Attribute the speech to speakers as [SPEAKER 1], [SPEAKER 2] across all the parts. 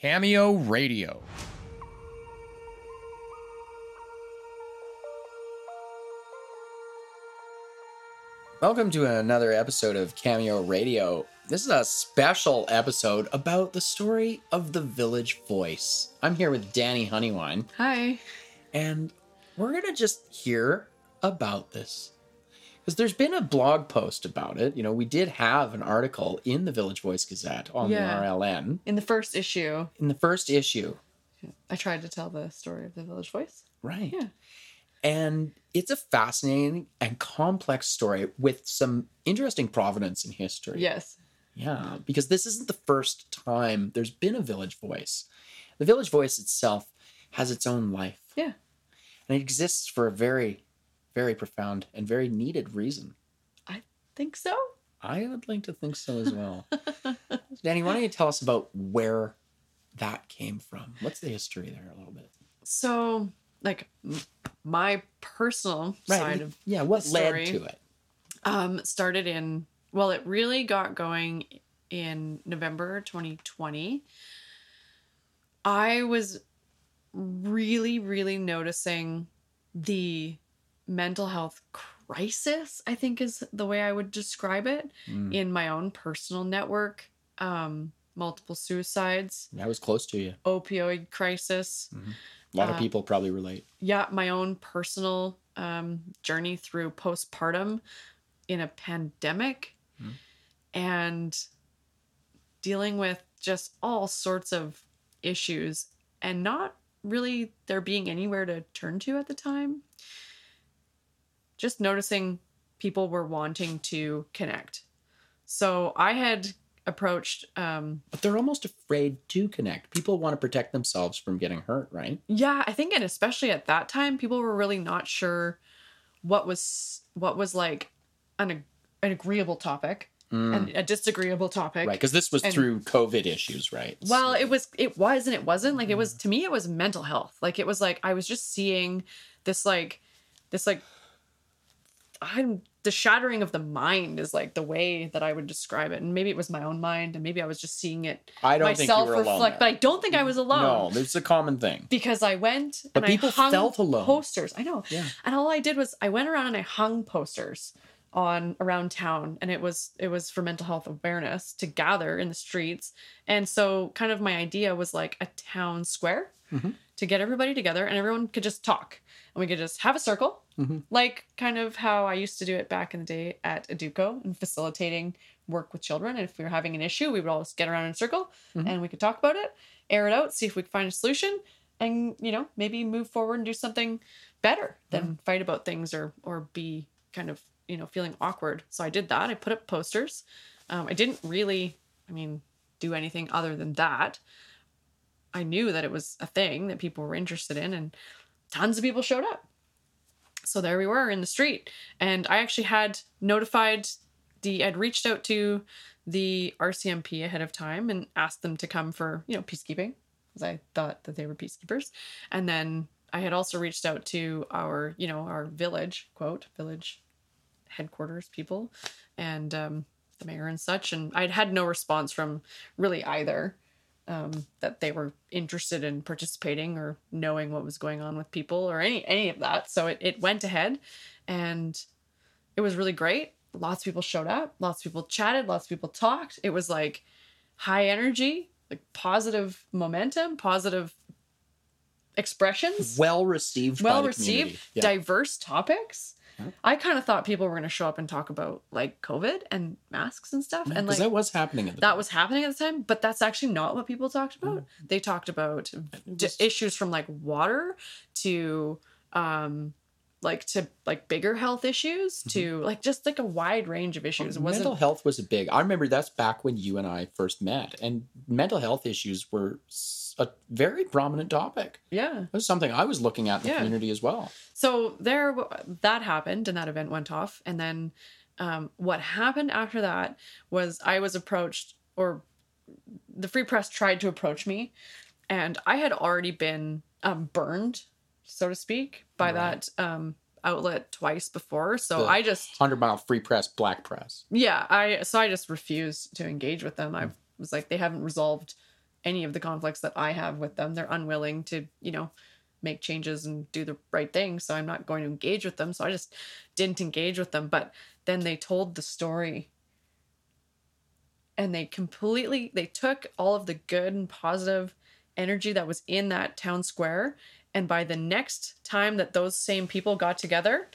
[SPEAKER 1] Cameo Radio. Welcome to another episode of Cameo Radio. This is a special episode about the story of the Village Voice. I'm here with Danny Honeywine,
[SPEAKER 2] Hi.
[SPEAKER 1] and we're going to just hear about this. Because there's been a blog post about it. You know, we did have an article in the Village Voice Gazette on
[SPEAKER 2] Yeah.
[SPEAKER 1] the RLN
[SPEAKER 2] In the first issue,
[SPEAKER 1] in the first issue.
[SPEAKER 2] I tried to tell the story of the Village Voice.
[SPEAKER 1] Right.
[SPEAKER 2] Yeah.
[SPEAKER 1] And it's a fascinating and complex story with some interesting provenance in history.
[SPEAKER 2] Yes.
[SPEAKER 1] Yeah, because this isn't the first time there's been a Village Voice. The Village Voice itself has its own life.
[SPEAKER 2] Yeah.
[SPEAKER 1] And it exists for a very, very profound and very needed reason.
[SPEAKER 2] Think so?
[SPEAKER 1] I would like to think so as well. Danny, why don't you tell us about where that came from? What's the history there a little bit?
[SPEAKER 2] So, like, m- my personal side of
[SPEAKER 1] yeah, what led
[SPEAKER 2] story.
[SPEAKER 1] to it?
[SPEAKER 2] um started in well, it really got going in November 2020. I was really, really noticing the mental health crisis. I think is the way I would describe it.
[SPEAKER 1] Mm.
[SPEAKER 2] in my own personal network um multiple suicides
[SPEAKER 1] I was close to you.
[SPEAKER 2] opioid crisis
[SPEAKER 1] A lot of
[SPEAKER 2] Uh,
[SPEAKER 1] people probably relate.
[SPEAKER 2] yeah my own personal um journey through postpartum in a pandemic
[SPEAKER 1] Mhm.
[SPEAKER 2] and dealing with just all sorts of issues and not really there being anywhere to turn to at the time just noticing people were wanting to connect so i had approached um
[SPEAKER 1] But they're almost afraid to connect. People want to protect themselves from getting hurt, right?
[SPEAKER 2] Yeah, I think and especially at that time people were really not sure what was what was like an ag- an agreeable topic
[SPEAKER 1] Mm.
[SPEAKER 2] and a disagreeable topic.
[SPEAKER 1] right, because this was
[SPEAKER 2] and-
[SPEAKER 1] through COVID issues, right?
[SPEAKER 2] Well, it was it was and it wasn't. Like it
[SPEAKER 1] Hmm.
[SPEAKER 2] was to me it was mental health. Like it was like I was just seeing this like this like I'm the shattering of the mind is like the way that I would describe it. And maybe it was my own mind and maybe I was just seeing it
[SPEAKER 1] I don't think you
[SPEAKER 2] myself
[SPEAKER 1] were alone.
[SPEAKER 2] reflect, but I don't think I was alone
[SPEAKER 1] No, it's a common thing.
[SPEAKER 2] because I went
[SPEAKER 1] But
[SPEAKER 2] and
[SPEAKER 1] people
[SPEAKER 2] I hung
[SPEAKER 1] felt alone.
[SPEAKER 2] posters. I know.
[SPEAKER 1] Yeah.
[SPEAKER 2] And all I did was I went around and I hung posters on around town and it was it was for mental health awareness to gather in the streets. And so kind of my idea was like a town square
[SPEAKER 1] Mhm.
[SPEAKER 2] to get everybody together and everyone could just talk and we could just have a circle
[SPEAKER 1] Mhm.
[SPEAKER 2] like kind of how I used to do it back in the day at Educo and facilitating work with children. And if we were having an issue, we would all just get around in a circle
[SPEAKER 1] Mhm.
[SPEAKER 2] and we could talk about it, air it out, see if we could find a solution, and you know maybe move forward and do something better than fight about things or or be kind of you know feeling awkward. So I did that. I put up posters. Um, I didn't really, I mean, do anything other than that. I knew that it was a thing that people were interested in, and tons of people showed up so there we were in the street and i actually had notified the i'd reached out to the rcmp ahead of time and asked them to come for you know peacekeeping because i thought that they were peacekeepers and then i had also reached out to our you know our village quote village headquarters people and um, the mayor and such and i'd had no response from really either um, that they were interested in participating or knowing what was going on with people or any any of that. So it, it went ahead and it was really great. Lots of people showed up, lots of people chatted, lots of people talked. It was like high energy, like positive momentum, positive expressions
[SPEAKER 1] Well received.
[SPEAKER 2] well
[SPEAKER 1] by the
[SPEAKER 2] received,
[SPEAKER 1] community. Yeah.
[SPEAKER 2] diverse topics.
[SPEAKER 1] Yeah.
[SPEAKER 2] I kind of thought people were going to show up and talk about like COVID and masks and stuff, and
[SPEAKER 1] Mm, 'Cause
[SPEAKER 2] like
[SPEAKER 1] that was happening at the
[SPEAKER 2] that
[SPEAKER 1] time.
[SPEAKER 2] was happening at the time. But that's actually not what people talked
[SPEAKER 1] Mm.
[SPEAKER 2] about. They talked about d-
[SPEAKER 1] was-
[SPEAKER 2] issues from like water to um like to like bigger health issues to like just like a wide range of issues. it wasn't
[SPEAKER 1] Mm-hmm. Oh, mental health was a big. I remember that's back when you and I first met, and mental health issues were s- a very prominent topic.
[SPEAKER 2] yeah.
[SPEAKER 1] It was something I was looking at in the
[SPEAKER 2] Yeah.
[SPEAKER 1] community as well.
[SPEAKER 2] So there, that happened, and that event went off. And then, um, what happened after that was I was approached, or the Free Press tried to approach me, and I had already been um, burned, so to speak, by
[SPEAKER 1] Right.
[SPEAKER 2] that um, outlet twice before. So
[SPEAKER 1] The-
[SPEAKER 2] I just
[SPEAKER 1] Hundred Mile Free Press, Black Press.
[SPEAKER 2] yeah i so i just refused to engage with them i was like they haven't resolved any of the conflicts that I have with them. They're unwilling to, you know, make changes and do the right thing. So I'm not going to engage with them. So I just didn't engage with them. But then they told the story and they completely they took all of the good and positive energy that was in that town square and by the next time that those same people got together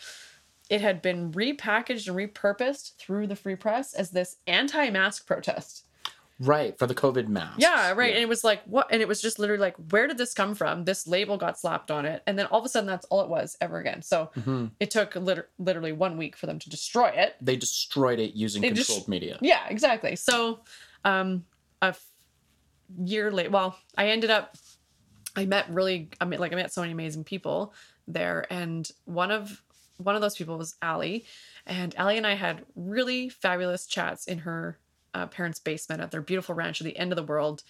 [SPEAKER 2] it had been repackaged and repurposed through the free press as this anti-mask protest
[SPEAKER 1] Right, for the COVID mask.
[SPEAKER 2] yeah, right. And it was like, what? And it was just literally like, where did this come from? This label got slapped on it. And then all of a sudden, that's all it was ever again. So
[SPEAKER 1] hmm
[SPEAKER 2] it took liter- literally one week for them to destroy it.
[SPEAKER 1] They destroyed it using
[SPEAKER 2] They just-
[SPEAKER 1] controlled media.
[SPEAKER 2] Yeah, exactly. So um, a f- year late, well, I ended up, I met really, I mean, like, I met so many amazing people there. And one of, one of those people was Allie. And Allie and I had really fabulous chats in her uh, parents' basement at their beautiful ranch at the end of the world.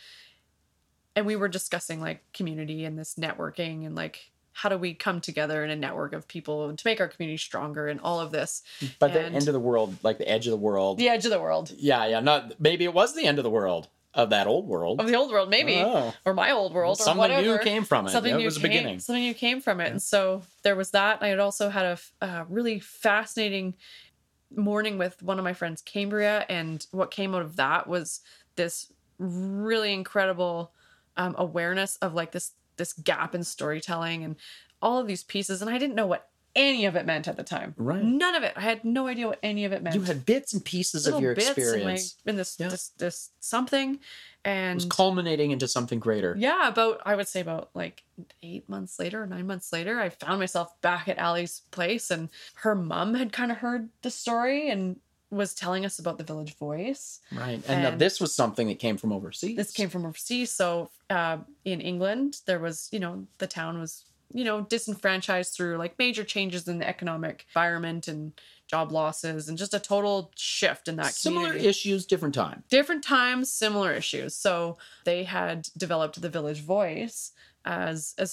[SPEAKER 2] And we were discussing like community and this networking and like how do we come together in a network of people and to make our community stronger and all of this.
[SPEAKER 1] But the
[SPEAKER 2] And-
[SPEAKER 1] end of the world, like the edge of the world.
[SPEAKER 2] The edge of the world.
[SPEAKER 1] Yeah, yeah. Not maybe it was the end of the world of that old world.
[SPEAKER 2] Of the old world, maybe.
[SPEAKER 1] Oh.
[SPEAKER 2] Or my old world or
[SPEAKER 1] Something
[SPEAKER 2] whatever.
[SPEAKER 1] new came from it.
[SPEAKER 2] something
[SPEAKER 1] it
[SPEAKER 2] new
[SPEAKER 1] was the
[SPEAKER 2] came,
[SPEAKER 1] beginning.
[SPEAKER 2] Something new came from it, and so there was that. I had also had a f- uh, really fascinating morning with one of my friends, Cambria, and what came out of that was this really incredible um, awareness of like this this gap in storytelling and all of these pieces, and I didn't know what any of it meant at the time.
[SPEAKER 1] Right.
[SPEAKER 2] None of it. I had no idea what any of it meant.
[SPEAKER 1] You had bits and pieces
[SPEAKER 2] Little
[SPEAKER 1] of your
[SPEAKER 2] bits
[SPEAKER 1] experience.
[SPEAKER 2] in, my, in this,
[SPEAKER 1] Yeah.
[SPEAKER 2] this this something,
[SPEAKER 1] It
[SPEAKER 2] and
[SPEAKER 1] was culminating into something greater.
[SPEAKER 2] yeah, about I would say about like eight months later, or nine months later, I found myself back at Allie's place, and her mom had kind of heard the story and was telling us about the Village Voice.
[SPEAKER 1] Right. And, now
[SPEAKER 2] And-
[SPEAKER 1] this was something that came from overseas.
[SPEAKER 2] This came from overseas, so uh, in England, there was you know the town was you know disenfranchised through like major changes in the economic environment and job losses and just a total shift in that
[SPEAKER 1] similar
[SPEAKER 2] community.
[SPEAKER 1] issues, different time.
[SPEAKER 2] different times similar issues so they had developed the village voice as a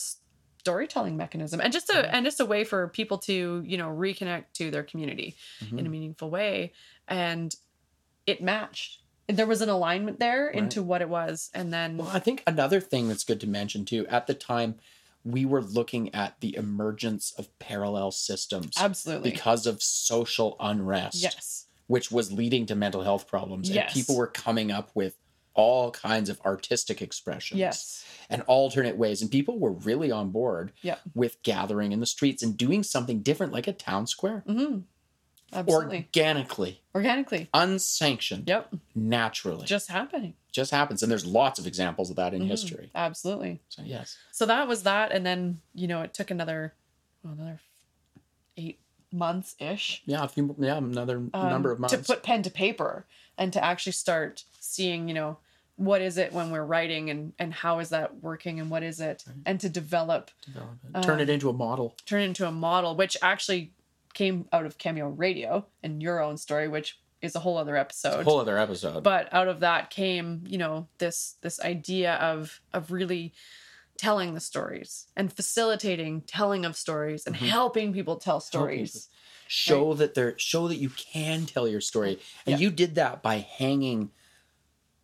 [SPEAKER 2] storytelling mechanism and just
[SPEAKER 1] Mm-hmm.
[SPEAKER 2] a and just a way for people to you know reconnect to their community
[SPEAKER 1] Mhm.
[SPEAKER 2] in a meaningful way and it matched there was an alignment there
[SPEAKER 1] Right.
[SPEAKER 2] into what it was and then
[SPEAKER 1] Well, I think another thing that's good to mention too, at the time, we were looking at the emergence of parallel systems
[SPEAKER 2] absolutely
[SPEAKER 1] because of social unrest,
[SPEAKER 2] yes
[SPEAKER 1] which was leading to mental health problems. And
[SPEAKER 2] Yes.
[SPEAKER 1] people were coming up with all kinds of artistic expressions
[SPEAKER 2] yes
[SPEAKER 1] and alternate ways. And people were really on board
[SPEAKER 2] Yeah.
[SPEAKER 1] with gathering in the streets and doing something different, like a town square,
[SPEAKER 2] hmm absolutely
[SPEAKER 1] organically,
[SPEAKER 2] organically
[SPEAKER 1] unsanctioned,
[SPEAKER 2] yep
[SPEAKER 1] naturally.
[SPEAKER 2] just happening
[SPEAKER 1] just happens. And there's lots of examples of that in
[SPEAKER 2] Mhm.
[SPEAKER 1] history.
[SPEAKER 2] absolutely
[SPEAKER 1] So, yes.
[SPEAKER 2] so that was that and then you know it took another well, another eight months ish
[SPEAKER 1] Yeah, a few, yeah, another number of months.
[SPEAKER 2] Um, to put pen to paper and to actually start seeing you know what is it when we're writing and and how is that working and what is it and to develop
[SPEAKER 1] Develop it. Turn
[SPEAKER 2] um,
[SPEAKER 1] it into a model.
[SPEAKER 2] turn it into a model which actually came out of cameo radio and your own story which is a whole other episode
[SPEAKER 1] Whole other episode.
[SPEAKER 2] but out of that came you know this this idea of of really telling the stories and facilitating telling of stories and
[SPEAKER 1] Mhm.
[SPEAKER 2] helping people tell stories
[SPEAKER 1] show that there. Show that you can tell your story, and
[SPEAKER 2] Yeah.
[SPEAKER 1] you did that by hanging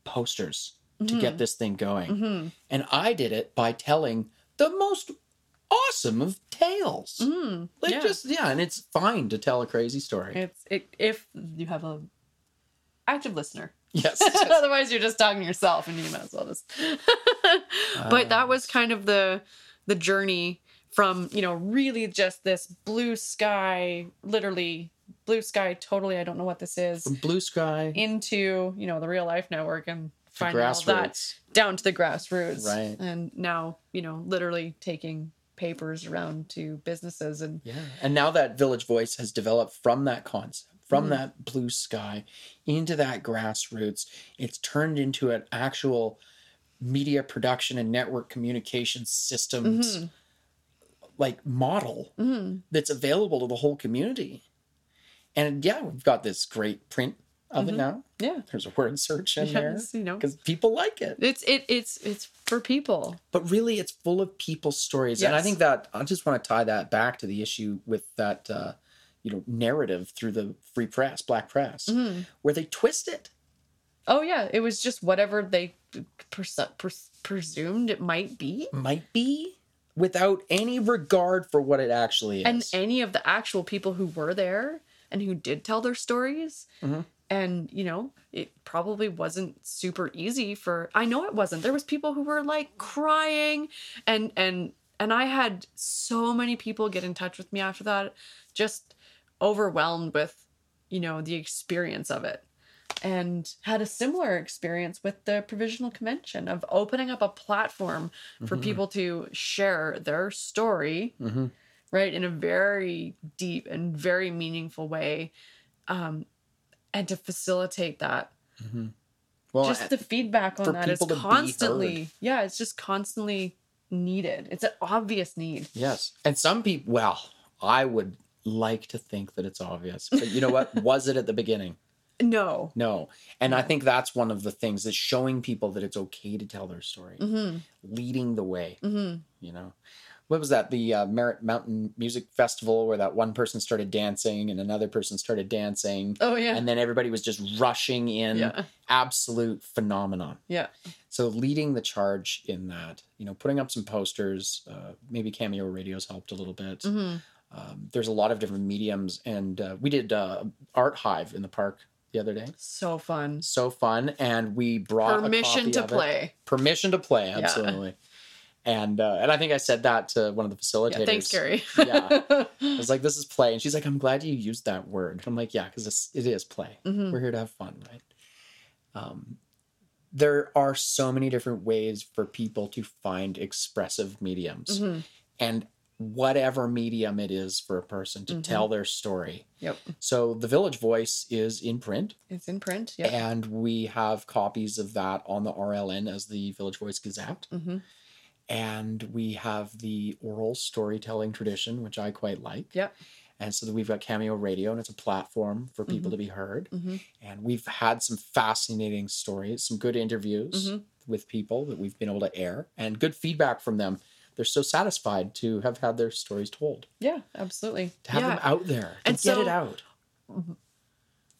[SPEAKER 1] posters to
[SPEAKER 2] Mm-hmm.
[SPEAKER 1] get this thing going.
[SPEAKER 2] Mhm.
[SPEAKER 1] And I did it by telling the most awesome of tales.
[SPEAKER 2] Mhm.
[SPEAKER 1] Like
[SPEAKER 2] yeah.
[SPEAKER 1] just yeah, and it's fine to tell a crazy story.
[SPEAKER 2] it's it, if you have a active listener
[SPEAKER 1] Yes.
[SPEAKER 2] otherwise you're just talking to yourself and you might as well just but that
[SPEAKER 1] Uh.
[SPEAKER 2] was kind of the the journey from you know really just this blue sky literally blue sky totally i don't know what this is
[SPEAKER 1] From blue sky to
[SPEAKER 2] into you know the real life network and finding all that
[SPEAKER 1] grassroots.
[SPEAKER 2] down to the grassroots
[SPEAKER 1] Right.
[SPEAKER 2] and now you know literally taking papers around to businesses and
[SPEAKER 1] Yeah. And now that Village Voice has developed from that concept, from that blue sky into that grassroots, it's turned into an actual media production and network communication systems like model
[SPEAKER 2] Mhm.
[SPEAKER 1] that's available to the whole community. And yeah, we've got this great print of it now.
[SPEAKER 2] yeah
[SPEAKER 1] There's a word search in there
[SPEAKER 2] Yes, you know
[SPEAKER 1] because people like it.
[SPEAKER 2] it's it it's it's for people
[SPEAKER 1] but really it's full of people's stories and i
[SPEAKER 2] Yes.
[SPEAKER 1] think that i just want to tie that back to the issue with that uh, you know narrative through the free press black press
[SPEAKER 2] Mhm.
[SPEAKER 1] where they twist it
[SPEAKER 2] Oh yeah, it was just whatever they pres- pres- presumed it might be,
[SPEAKER 1] Might be without any regard for what it actually is.
[SPEAKER 2] and any of the actual people who were there and who did tell their stories.
[SPEAKER 1] Mhm.
[SPEAKER 2] And you know, it probably wasn't super easy for. I know it wasn't. There was people who were like crying, and and and I had so many people get in touch with me after that, just overwhelmed with, you know, the experience of it. and had a similar experience with the provisional convention of opening up a platform for
[SPEAKER 1] Mhm.
[SPEAKER 2] people to share their story
[SPEAKER 1] Mhm.
[SPEAKER 2] right in a very deep and very meaningful way um, and to facilitate that
[SPEAKER 1] Mm-hmm. Well,
[SPEAKER 2] just the feedback
[SPEAKER 1] for
[SPEAKER 2] on that is
[SPEAKER 1] people to be
[SPEAKER 2] constantly yeah it's just constantly needed it's an obvious need
[SPEAKER 1] Yes. And some people, well, I would like to think that it's obvious, but you know what? Was it at the beginning?
[SPEAKER 2] no
[SPEAKER 1] No. And I
[SPEAKER 2] No.
[SPEAKER 1] think that's one of the things is showing people that it's okay to tell their story,
[SPEAKER 2] mm-hmm
[SPEAKER 1] leading the way,
[SPEAKER 2] mm-hmm
[SPEAKER 1] you know? What was that? The uh, Merritt Mountain Music Festival where that one person started dancing and another person started dancing.
[SPEAKER 2] oh yeah
[SPEAKER 1] And then everybody was just rushing in.
[SPEAKER 2] yeah
[SPEAKER 1] Absolute phenomenon.
[SPEAKER 2] yeah
[SPEAKER 1] So leading the charge in that, you know, putting up some posters, uh, maybe Cameo Radio's helped a little bit.
[SPEAKER 2] mm-hmm.
[SPEAKER 1] um, there's a lot of different mediums and uh, we did uh, art hive in the park the other day
[SPEAKER 2] so fun
[SPEAKER 1] so fun and we brought a
[SPEAKER 2] permission
[SPEAKER 1] copy of
[SPEAKER 2] to
[SPEAKER 1] it.
[SPEAKER 2] play
[SPEAKER 1] permission to play
[SPEAKER 2] Yeah.
[SPEAKER 1] absolutely and uh, and i think i said that to one of the facilitators
[SPEAKER 2] yeah, thanks gary Mm-hmm,
[SPEAKER 1] Yeah. i was like this is play and she's like i'm glad you used that word i'm like yeah because it is play
[SPEAKER 2] Mhm.
[SPEAKER 1] we're here to have fun right um there are so many different ways for people to find expressive mediums
[SPEAKER 2] Mhm.
[SPEAKER 1] and whatever medium it is for a person to
[SPEAKER 2] Mhm.
[SPEAKER 1] tell their story.
[SPEAKER 2] Yep.
[SPEAKER 1] So the Village Voice is in print,
[SPEAKER 2] It's in print. Yeah.
[SPEAKER 1] and we have copies of that on the RLN as the Village Voice Gazette.
[SPEAKER 2] Mm-hmm.
[SPEAKER 1] And we have the oral storytelling tradition, which I quite like.
[SPEAKER 2] Yep.
[SPEAKER 1] And so we've got Cameo Radio, and it's a platform for people
[SPEAKER 2] Mhm.
[SPEAKER 1] to be heard.
[SPEAKER 2] Mm-hmm.
[SPEAKER 1] And we've had some fascinating stories, some good interviews
[SPEAKER 2] Mhm.
[SPEAKER 1] with people that we've been able to air, and good feedback from them. They're so satisfied to have had their stories told.
[SPEAKER 2] Yeah. Absolutely.
[SPEAKER 1] to have
[SPEAKER 2] yeah.
[SPEAKER 1] them out there to
[SPEAKER 2] And
[SPEAKER 1] get
[SPEAKER 2] so-
[SPEAKER 1] it out.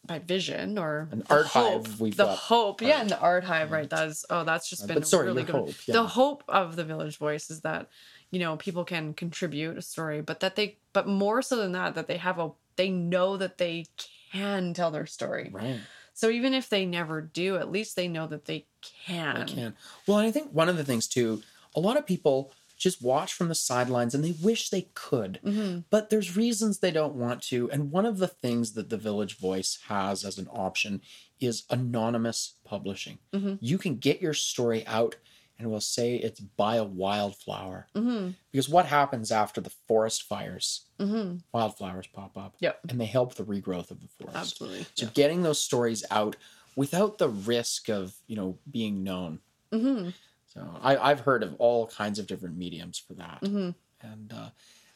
[SPEAKER 2] By vision or
[SPEAKER 1] An
[SPEAKER 2] the
[SPEAKER 1] art
[SPEAKER 2] hope,
[SPEAKER 1] hive we've
[SPEAKER 2] the
[SPEAKER 1] got. Uh,
[SPEAKER 2] hope. Yeah, and the art hive. Right. That's oh, that's just been
[SPEAKER 1] But sorry,
[SPEAKER 2] a really
[SPEAKER 1] your
[SPEAKER 2] good.
[SPEAKER 1] hope. Yeah.
[SPEAKER 2] The hope of the Village Voice is that you know people can contribute a story, but that they, but more so than that, that they have a, they know that they can tell their story.
[SPEAKER 1] right,
[SPEAKER 2] So even if they never do, at least they know that they can.
[SPEAKER 1] I can. Well, and I think one of the things too, a lot of people just watch from the sidelines and they wish they could,
[SPEAKER 2] Mm-hmm.
[SPEAKER 1] but there's reasons they don't want to. And one of the things that the Village Voice has as an option is anonymous publishing.
[SPEAKER 2] Mhm.
[SPEAKER 1] You can get your story out, and we'll say it's by a wildflower
[SPEAKER 2] Mm-hmm.
[SPEAKER 1] because what happens after the forest fires?
[SPEAKER 2] Mm-hmm.
[SPEAKER 1] Wildflowers pop up,
[SPEAKER 2] Yep.
[SPEAKER 1] and they help the regrowth of the forest.
[SPEAKER 2] Absolutely.
[SPEAKER 1] So getting those stories out without the risk of, you know, being known.
[SPEAKER 2] Mm-hmm.
[SPEAKER 1] So I, I've heard of all kinds of different mediums for that.
[SPEAKER 2] Mm-hmm.
[SPEAKER 1] And uh,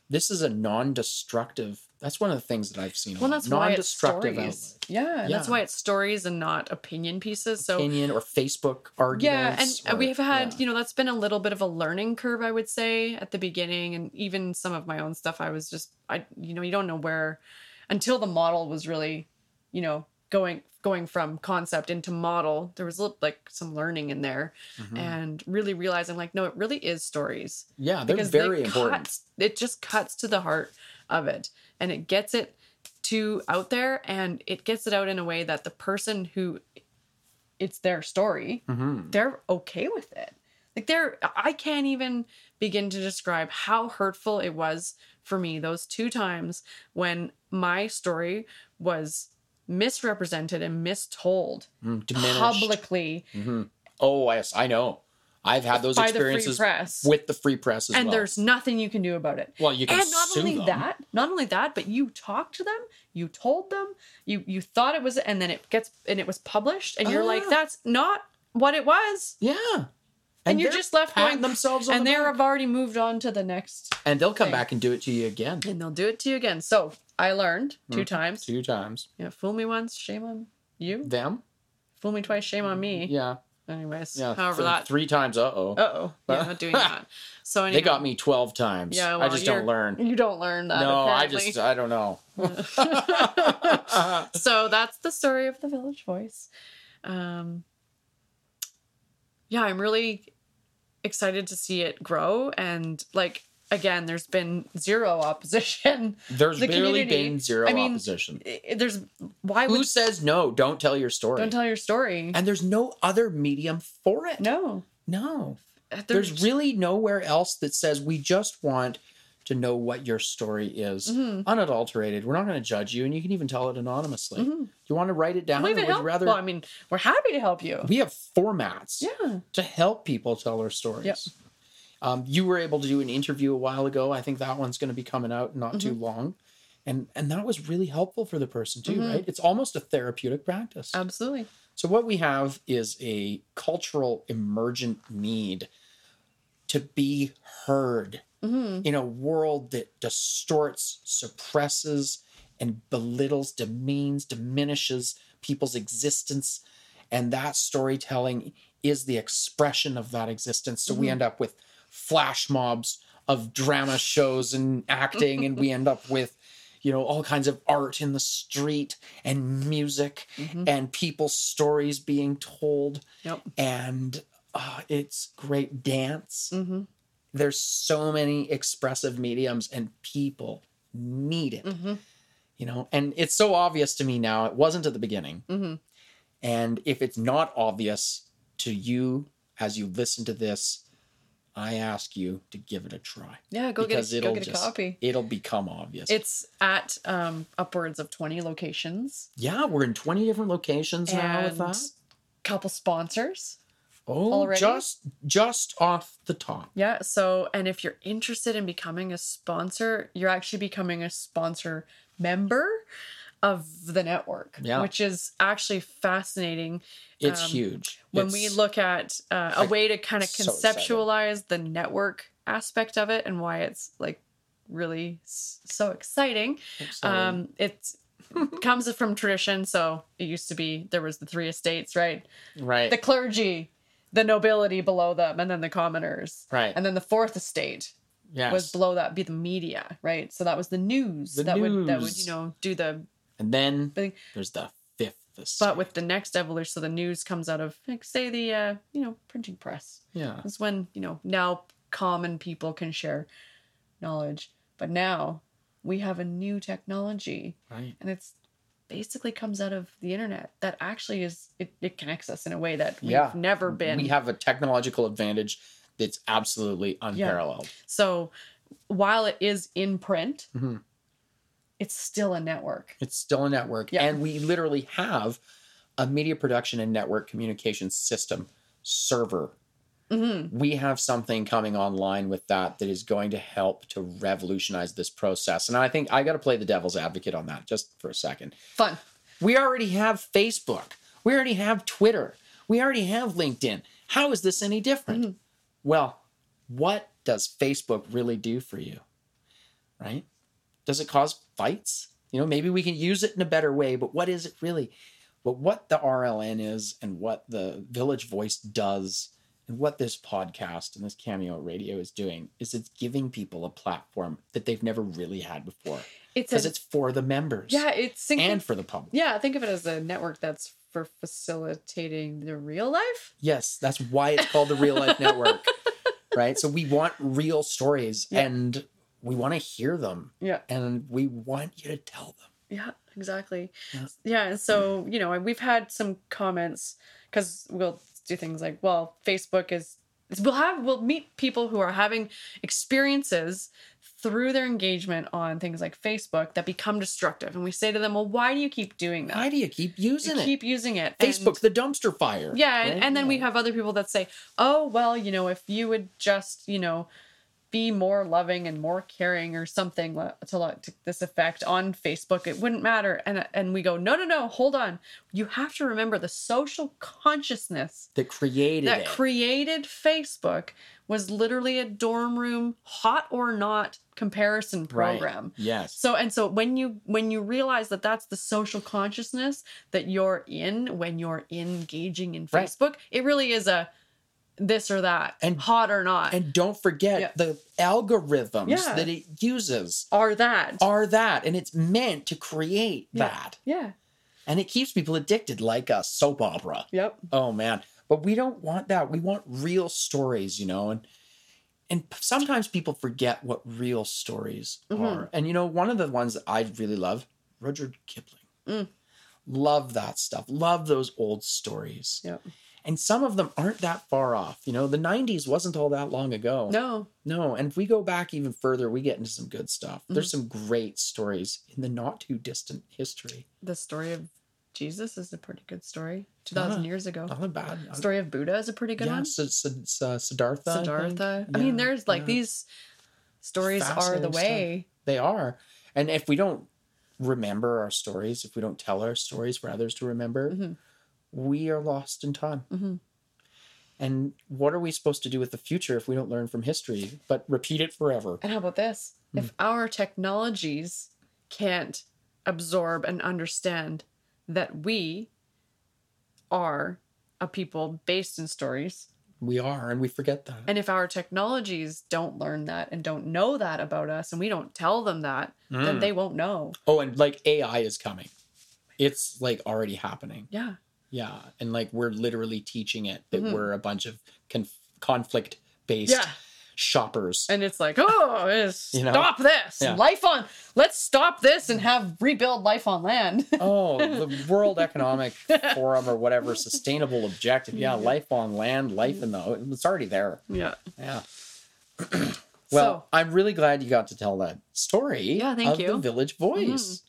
[SPEAKER 1] this is a non-destructive. That's one of the things that I've seen. a
[SPEAKER 2] Well,
[SPEAKER 1] lot.
[SPEAKER 2] that's why it's stories.
[SPEAKER 1] outlet.
[SPEAKER 2] Yeah, and that's
[SPEAKER 1] Yeah.
[SPEAKER 2] why it's stories and not opinion pieces. So
[SPEAKER 1] opinion or Facebook arguments.
[SPEAKER 2] yeah, and
[SPEAKER 1] or-
[SPEAKER 2] we've had
[SPEAKER 1] yeah.
[SPEAKER 2] you know that's been a little bit of a learning curve, I would say, at the beginning, and even some of my own stuff. I was just I you know you don't know where until the model was really you know going going from concept into model. There was li- like some learning in there,
[SPEAKER 1] Mhm.
[SPEAKER 2] and really realizing like no, it really is stories
[SPEAKER 1] yeah, they're
[SPEAKER 2] because
[SPEAKER 1] very
[SPEAKER 2] it
[SPEAKER 1] important.
[SPEAKER 2] Cuts, it just cuts to the heart of it, and it gets it to out there, and it gets it out in a way that the person who it's their story,
[SPEAKER 1] Mhm.
[SPEAKER 2] they're okay with it. Like they're, I can't even begin to describe how hurtful it was for me those two times when my story was misrepresented and mistold
[SPEAKER 1] Mm, diminished.
[SPEAKER 2] publicly
[SPEAKER 1] Mhm. Oh yes, I know. I've had those
[SPEAKER 2] by the free
[SPEAKER 1] experiences
[SPEAKER 2] press,
[SPEAKER 1] with the free press as
[SPEAKER 2] and
[SPEAKER 1] well.
[SPEAKER 2] there's nothing you can do about it.
[SPEAKER 1] well, you can
[SPEAKER 2] and not
[SPEAKER 1] sue
[SPEAKER 2] only
[SPEAKER 1] them.
[SPEAKER 2] that not only that but you talked to them you told them you you thought it was and then it gets and it was published and you're
[SPEAKER 1] Oh,
[SPEAKER 2] like
[SPEAKER 1] yeah.
[SPEAKER 2] that's not what it was
[SPEAKER 1] Yeah.
[SPEAKER 2] and, you're
[SPEAKER 1] they're
[SPEAKER 2] just left
[SPEAKER 1] patting
[SPEAKER 2] going
[SPEAKER 1] themselves on
[SPEAKER 2] and
[SPEAKER 1] the
[SPEAKER 2] there
[SPEAKER 1] back.
[SPEAKER 2] have already moved on to the next
[SPEAKER 1] and they'll come
[SPEAKER 2] thing.
[SPEAKER 1] back and do it to you again
[SPEAKER 2] and they'll do it to you again so i learned two times
[SPEAKER 1] Mm-hmm. two times
[SPEAKER 2] yeah fool me once shame on you
[SPEAKER 1] them
[SPEAKER 2] fool me twice shame on me
[SPEAKER 1] yeah
[SPEAKER 2] anyways
[SPEAKER 1] yeah
[SPEAKER 2] however
[SPEAKER 1] Th-
[SPEAKER 2] that
[SPEAKER 1] three times uh-oh
[SPEAKER 2] uh-oh yeah not doing that so anyway,
[SPEAKER 1] they got me 12 times
[SPEAKER 2] yeah
[SPEAKER 1] i
[SPEAKER 2] well,
[SPEAKER 1] just don't
[SPEAKER 2] you're-
[SPEAKER 1] learn
[SPEAKER 2] you don't learn that
[SPEAKER 1] no
[SPEAKER 2] apparently.
[SPEAKER 1] i just i don't know
[SPEAKER 2] so that's the story of the village voice um, yeah, I'm really excited to see it grow. And like, again, there's been zero opposition.
[SPEAKER 1] There's
[SPEAKER 2] The
[SPEAKER 1] barely
[SPEAKER 2] community-
[SPEAKER 1] been zero
[SPEAKER 2] I mean,
[SPEAKER 1] opposition.
[SPEAKER 2] I- I- There's why
[SPEAKER 1] Who
[SPEAKER 2] would
[SPEAKER 1] says no? Don't tell your story.
[SPEAKER 2] don't tell your story?
[SPEAKER 1] and there's no other medium for it.
[SPEAKER 2] no,
[SPEAKER 1] No.
[SPEAKER 2] there's,
[SPEAKER 1] There's, really nowhere else that says we just want to know what your story is.
[SPEAKER 2] Mhm.
[SPEAKER 1] Unadulterated. We're not going to judge you, and you can even tell it anonymously.
[SPEAKER 2] Mhm.
[SPEAKER 1] You want to write it down?
[SPEAKER 2] Well,
[SPEAKER 1] or
[SPEAKER 2] even
[SPEAKER 1] would you
[SPEAKER 2] help.
[SPEAKER 1] rather
[SPEAKER 2] Well, I mean, we're happy to help you.
[SPEAKER 1] we have formats
[SPEAKER 2] Yeah.
[SPEAKER 1] to help people tell their stories.
[SPEAKER 2] Yep.
[SPEAKER 1] Um, you were able to do an interview a while ago. I think that one's going to be coming out not too long, and and that was really helpful for the person too,
[SPEAKER 2] Mhm.
[SPEAKER 1] right? It's almost a therapeutic practice.
[SPEAKER 2] Absolutely.
[SPEAKER 1] So, what we have is a cultural emergent need to be heard
[SPEAKER 2] hmm
[SPEAKER 1] in a world that distorts, suppresses, and belittles, demeans, diminishes people's existence. And that storytelling is the expression of that existence. So, we
[SPEAKER 2] Mhm.
[SPEAKER 1] end up with flash mobs of drama shows and acting, and we end up with you know all kinds of art in the street and music
[SPEAKER 2] hmm
[SPEAKER 1] and people's stories being told
[SPEAKER 2] Yep.
[SPEAKER 1] and uh, it's great dance
[SPEAKER 2] hmm
[SPEAKER 1] there's so many expressive mediums and people need it
[SPEAKER 2] hmm
[SPEAKER 1] you know and it's so obvious to me now it wasn't at the beginning
[SPEAKER 2] hmm
[SPEAKER 1] and if it's not obvious to you as you listen to this i ask you to give it a try
[SPEAKER 2] Yeah. Go
[SPEAKER 1] Because
[SPEAKER 2] get a,
[SPEAKER 1] it'll
[SPEAKER 2] go get a
[SPEAKER 1] just-
[SPEAKER 2] copy.
[SPEAKER 1] it'll become obvious
[SPEAKER 2] It's at um, upwards of 20 locations
[SPEAKER 1] yeah we're in 20 different locations now with
[SPEAKER 2] and
[SPEAKER 1] that
[SPEAKER 2] couple sponsors.
[SPEAKER 1] oh
[SPEAKER 2] already?
[SPEAKER 1] just just off the top
[SPEAKER 2] Yeah. So, and if you're interested in becoming a sponsor, you're actually becoming a sponsor member of the network,
[SPEAKER 1] Yeah.
[SPEAKER 2] which is actually fascinating.
[SPEAKER 1] it's
[SPEAKER 2] Um,
[SPEAKER 1] huge
[SPEAKER 2] when
[SPEAKER 1] It's-
[SPEAKER 2] we look at uh, a
[SPEAKER 1] like,
[SPEAKER 2] way to kind of
[SPEAKER 1] so excited.
[SPEAKER 2] conceptualize the network aspect of it and why it's like really s- so exciting
[SPEAKER 1] Sorry.
[SPEAKER 2] um it comes from tradition so it used to be there was the three estates right
[SPEAKER 1] right
[SPEAKER 2] the clergy the nobility below them and then the commoners
[SPEAKER 1] right
[SPEAKER 2] and then the fourth estate
[SPEAKER 1] yes.
[SPEAKER 2] was below that be the media right so that was the news
[SPEAKER 1] The
[SPEAKER 2] that would that would
[SPEAKER 1] news.
[SPEAKER 2] you know do the
[SPEAKER 1] and then
[SPEAKER 2] Thing.
[SPEAKER 1] there's the fifth estate.
[SPEAKER 2] but with the next evolution so the news comes out of like say the uh you know printing press
[SPEAKER 1] yeah
[SPEAKER 2] That's when, you know, now common people can share knowledge. But now we have a new technology
[SPEAKER 1] right
[SPEAKER 2] and it's basically comes out of the internet that actually is it, it connects us in a way that we've
[SPEAKER 1] Yeah.
[SPEAKER 2] never been.
[SPEAKER 1] we have a technological advantage that's absolutely unparalleled
[SPEAKER 2] so while it is in print,
[SPEAKER 1] Mhm.
[SPEAKER 2] it's still a network.
[SPEAKER 1] it's still a network
[SPEAKER 2] Yeah.
[SPEAKER 1] and we literally have a media production and network communication system server
[SPEAKER 2] hmm
[SPEAKER 1] we have something coming online with that that is going to help to revolutionize this process and i think i got to play the devil's advocate on that just for a second
[SPEAKER 2] Fun.
[SPEAKER 1] We already have Facebook. We already have Twitter. We already have LinkedIn. How is this any different?
[SPEAKER 2] Mm-hmm.
[SPEAKER 1] Well, what does Facebook really do for you? Right? Does it cause fights? You know, maybe we can use it in a better way, but what is it really? But what the RLN is and what the Village Voice does and what this podcast and this Cameo radio is doing is it's giving people a platform that they've never really had before
[SPEAKER 2] It's
[SPEAKER 1] because
[SPEAKER 2] a,
[SPEAKER 1] it's for the members
[SPEAKER 2] yeah, it's think
[SPEAKER 1] and for the public.
[SPEAKER 2] yeah, think of it as a network that's for facilitating the real life.
[SPEAKER 1] Yes, that's why it's called the Real Life Network, right? So we want real stories
[SPEAKER 2] Yeah.
[SPEAKER 1] and we want to hear them
[SPEAKER 2] Yeah.
[SPEAKER 1] and we want you to tell them.
[SPEAKER 2] Yeah, exactly.
[SPEAKER 1] Yeah.
[SPEAKER 2] Yeah, and so you know, and we've had some comments because we'll do things like, well, Facebook is we'll have we'll meet people who are having experiences through their engagement on things like Facebook that become destructive, and we say to them, well, why do you keep doing that?
[SPEAKER 1] Why do you keep
[SPEAKER 2] you
[SPEAKER 1] using it?
[SPEAKER 2] keep using it? And-
[SPEAKER 1] Facebook's the dumpster fire.
[SPEAKER 2] yeah, and,
[SPEAKER 1] right?
[SPEAKER 2] and then we
[SPEAKER 1] Yeah.
[SPEAKER 2] have other people that say, "Oh, well, you know, if you would just, you know, be more loving and more caring or something li- to, li- to this effect on Facebook, it wouldn't matter." And and we go, "No, no, no, hold on. You have to remember the social consciousness
[SPEAKER 1] that created
[SPEAKER 2] that
[SPEAKER 1] it.
[SPEAKER 2] created Facebook was literally a dorm room hot or not comparison
[SPEAKER 1] Right.
[SPEAKER 2] program."
[SPEAKER 1] Yes.
[SPEAKER 2] So and so when you when you realize that that's the social consciousness that you're in when you're engaging in
[SPEAKER 1] Right.
[SPEAKER 2] Facebook, it really is a this or that
[SPEAKER 1] And-
[SPEAKER 2] hot or not
[SPEAKER 1] And don't forget
[SPEAKER 2] Yeah.
[SPEAKER 1] the algorithms
[SPEAKER 2] Yeah.
[SPEAKER 1] that it uses
[SPEAKER 2] or that.
[SPEAKER 1] are that and it's meant to create
[SPEAKER 2] Yeah.
[SPEAKER 1] that.
[SPEAKER 2] yeah.
[SPEAKER 1] And it keeps people addicted like a soap opera.
[SPEAKER 2] Yep.
[SPEAKER 1] Oh man. But we don't want that. We want real stories, you know, and and p- sometimes people forget what real stories
[SPEAKER 2] Mhm.
[SPEAKER 1] are. And you know, one of the ones that I really love, Rudyard Kipling.
[SPEAKER 2] Mm.
[SPEAKER 1] Love that stuff. Love those old stories.
[SPEAKER 2] Yep.
[SPEAKER 1] And some of them aren't that far off. You know, the 90s wasn't all that long ago.
[SPEAKER 2] No.
[SPEAKER 1] No, and if we go back even further, we get into some good stuff. There's
[SPEAKER 2] Mm-hmm.
[SPEAKER 1] some great stories in the not too distant history.
[SPEAKER 2] The story of Jesus is a pretty good story. 2000
[SPEAKER 1] Yeah. Oh,
[SPEAKER 2] years ago.
[SPEAKER 1] Not a bad.
[SPEAKER 2] Story of Buddha is a pretty good
[SPEAKER 1] yeah,
[SPEAKER 2] one.
[SPEAKER 1] Sid- Sid- uh, Siddhartha. I think.
[SPEAKER 2] Siddhartha. I
[SPEAKER 1] Yeah,
[SPEAKER 2] mean, there's like
[SPEAKER 1] yeah.
[SPEAKER 2] these stories are the
[SPEAKER 1] Fascinating stuff.
[SPEAKER 2] way.
[SPEAKER 1] They are. And if we don't remember our stories, if we don't tell our stories for others to remember,
[SPEAKER 2] Mhm.
[SPEAKER 1] we are lost in time.
[SPEAKER 2] Mhm.
[SPEAKER 1] And what are we supposed to do with the future if we don't learn from history, but repeat it forever?
[SPEAKER 2] And how about this?
[SPEAKER 1] Hmm.
[SPEAKER 2] If our technologies can't absorb and understand that we are a people based in stories,
[SPEAKER 1] We are, and we forget that.
[SPEAKER 2] and if our technologies don't learn that and don't know that about us, and we don't tell them that, then
[SPEAKER 1] Mm.
[SPEAKER 2] they won't know.
[SPEAKER 1] oh, and like AI is coming. It's like already happening.
[SPEAKER 2] Yeah.
[SPEAKER 1] Yeah, and like we're literally teaching it that
[SPEAKER 2] Mhm.
[SPEAKER 1] we're a bunch of conf- conflict based
[SPEAKER 2] Yeah.
[SPEAKER 1] shoppers.
[SPEAKER 2] And it's like, oh, it's
[SPEAKER 1] You know?
[SPEAKER 2] stop this.
[SPEAKER 1] Yeah.
[SPEAKER 2] Life on, let's stop this and have rebuild life on land.
[SPEAKER 1] oh, the World Economic Forum or whatever sustainable objective. Yeah, life on land, life in the it's already there.
[SPEAKER 2] yeah.
[SPEAKER 1] Yeah. Well,
[SPEAKER 2] So-
[SPEAKER 1] I'm really glad you got to tell that story.
[SPEAKER 2] Yeah, thank
[SPEAKER 1] of The
[SPEAKER 2] you.
[SPEAKER 1] Village Voice.
[SPEAKER 2] Mhm.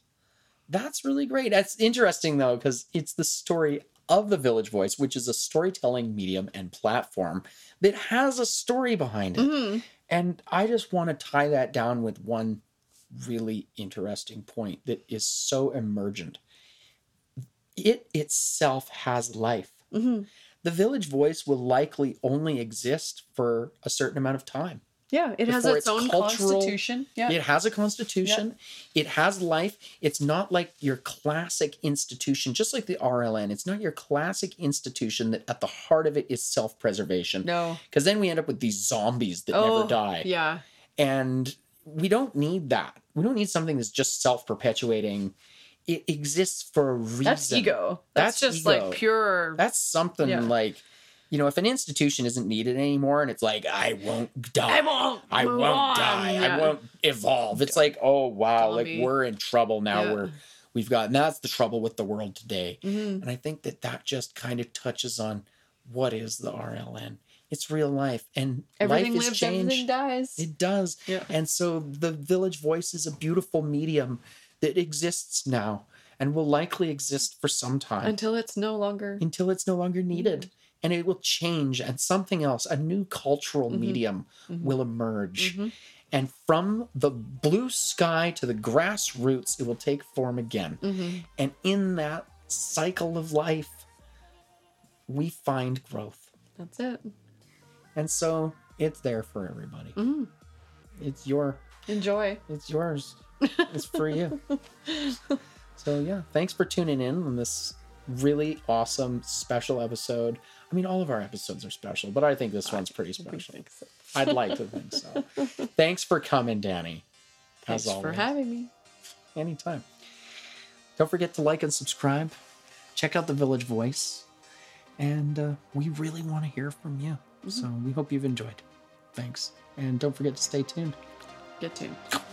[SPEAKER 1] That's really great. That's interesting though, because it's the story of the Village Voice, which is a storytelling medium and platform that has a story behind it.
[SPEAKER 2] Mhm.
[SPEAKER 1] And I just want to tie that down with one really interesting point that is so emergent. It itself has life.
[SPEAKER 2] Mhm.
[SPEAKER 1] The village voice will likely only exist for a certain amount of time.
[SPEAKER 2] Yeah. It has
[SPEAKER 1] Before
[SPEAKER 2] its,
[SPEAKER 1] its
[SPEAKER 2] own
[SPEAKER 1] cultural-
[SPEAKER 2] constitution. Yeah.
[SPEAKER 1] It has a constitution, it has life. It's not like your classic institution, just like the RLN, it's not your classic institution that at the heart of it is self preservation.
[SPEAKER 2] No. Oh,
[SPEAKER 1] Because then we end up with these zombies that never die.
[SPEAKER 2] Yeah.
[SPEAKER 1] And we don't need that. We don't need something that's just self perpetuating. It exists for a reason.
[SPEAKER 2] That's ego. That's,
[SPEAKER 1] That's
[SPEAKER 2] just
[SPEAKER 1] ego.
[SPEAKER 2] like pure.
[SPEAKER 1] That's something
[SPEAKER 2] Yeah.
[SPEAKER 1] like, you know, if an institution isn't needed anymore and it's like, I won't die.
[SPEAKER 2] I won't.
[SPEAKER 1] I
[SPEAKER 2] move
[SPEAKER 1] won't
[SPEAKER 2] on.
[SPEAKER 1] die.
[SPEAKER 2] Yeah.
[SPEAKER 1] I won't evolve. It's like, oh wow,
[SPEAKER 2] Zombie.
[SPEAKER 1] like we're in trouble now.
[SPEAKER 2] Yeah.
[SPEAKER 1] We're we've got and that's the trouble with the world today.
[SPEAKER 2] Mhm.
[SPEAKER 1] And I think that that just kind of touches on what is the RLN. It's real life, and
[SPEAKER 2] Everything
[SPEAKER 1] life is
[SPEAKER 2] lives,
[SPEAKER 1] changed.
[SPEAKER 2] everything dies.
[SPEAKER 1] It does.
[SPEAKER 2] Yeah.
[SPEAKER 1] And so the Village Voice is a beautiful medium that exists now and will likely exist for some time
[SPEAKER 2] Until it's no longer.
[SPEAKER 1] until it's no longer needed. And it will change, and something else, a new cultural
[SPEAKER 2] Mhm.
[SPEAKER 1] medium,
[SPEAKER 2] Mhm.
[SPEAKER 1] will emerge.
[SPEAKER 2] Mhm.
[SPEAKER 1] And from the blue sky to the grassroots, it will take form again.
[SPEAKER 2] Mhm.
[SPEAKER 1] And in that cycle of life, we find growth.
[SPEAKER 2] That's it.
[SPEAKER 1] And so it's there for everybody.
[SPEAKER 2] Mhm.
[SPEAKER 1] It's your
[SPEAKER 2] Enjoy.
[SPEAKER 1] it's yours. It's for you. so yeah, thanks for tuning in on this really awesome special episode. I mean, all of our episodes are special, but I think this one's pretty
[SPEAKER 2] We
[SPEAKER 1] special.
[SPEAKER 2] think so.
[SPEAKER 1] I'd like to think so. Thanks for coming, Danny.
[SPEAKER 2] Thanks
[SPEAKER 1] As always,
[SPEAKER 2] for having me.
[SPEAKER 1] anytime. Don't forget to like and subscribe. Check out the Village Voice, and uh, we really want to hear from
[SPEAKER 2] Mm-hmm.
[SPEAKER 1] you. So we hope you've enjoyed. Thanks, and don't forget to stay tuned.
[SPEAKER 2] Get tuned.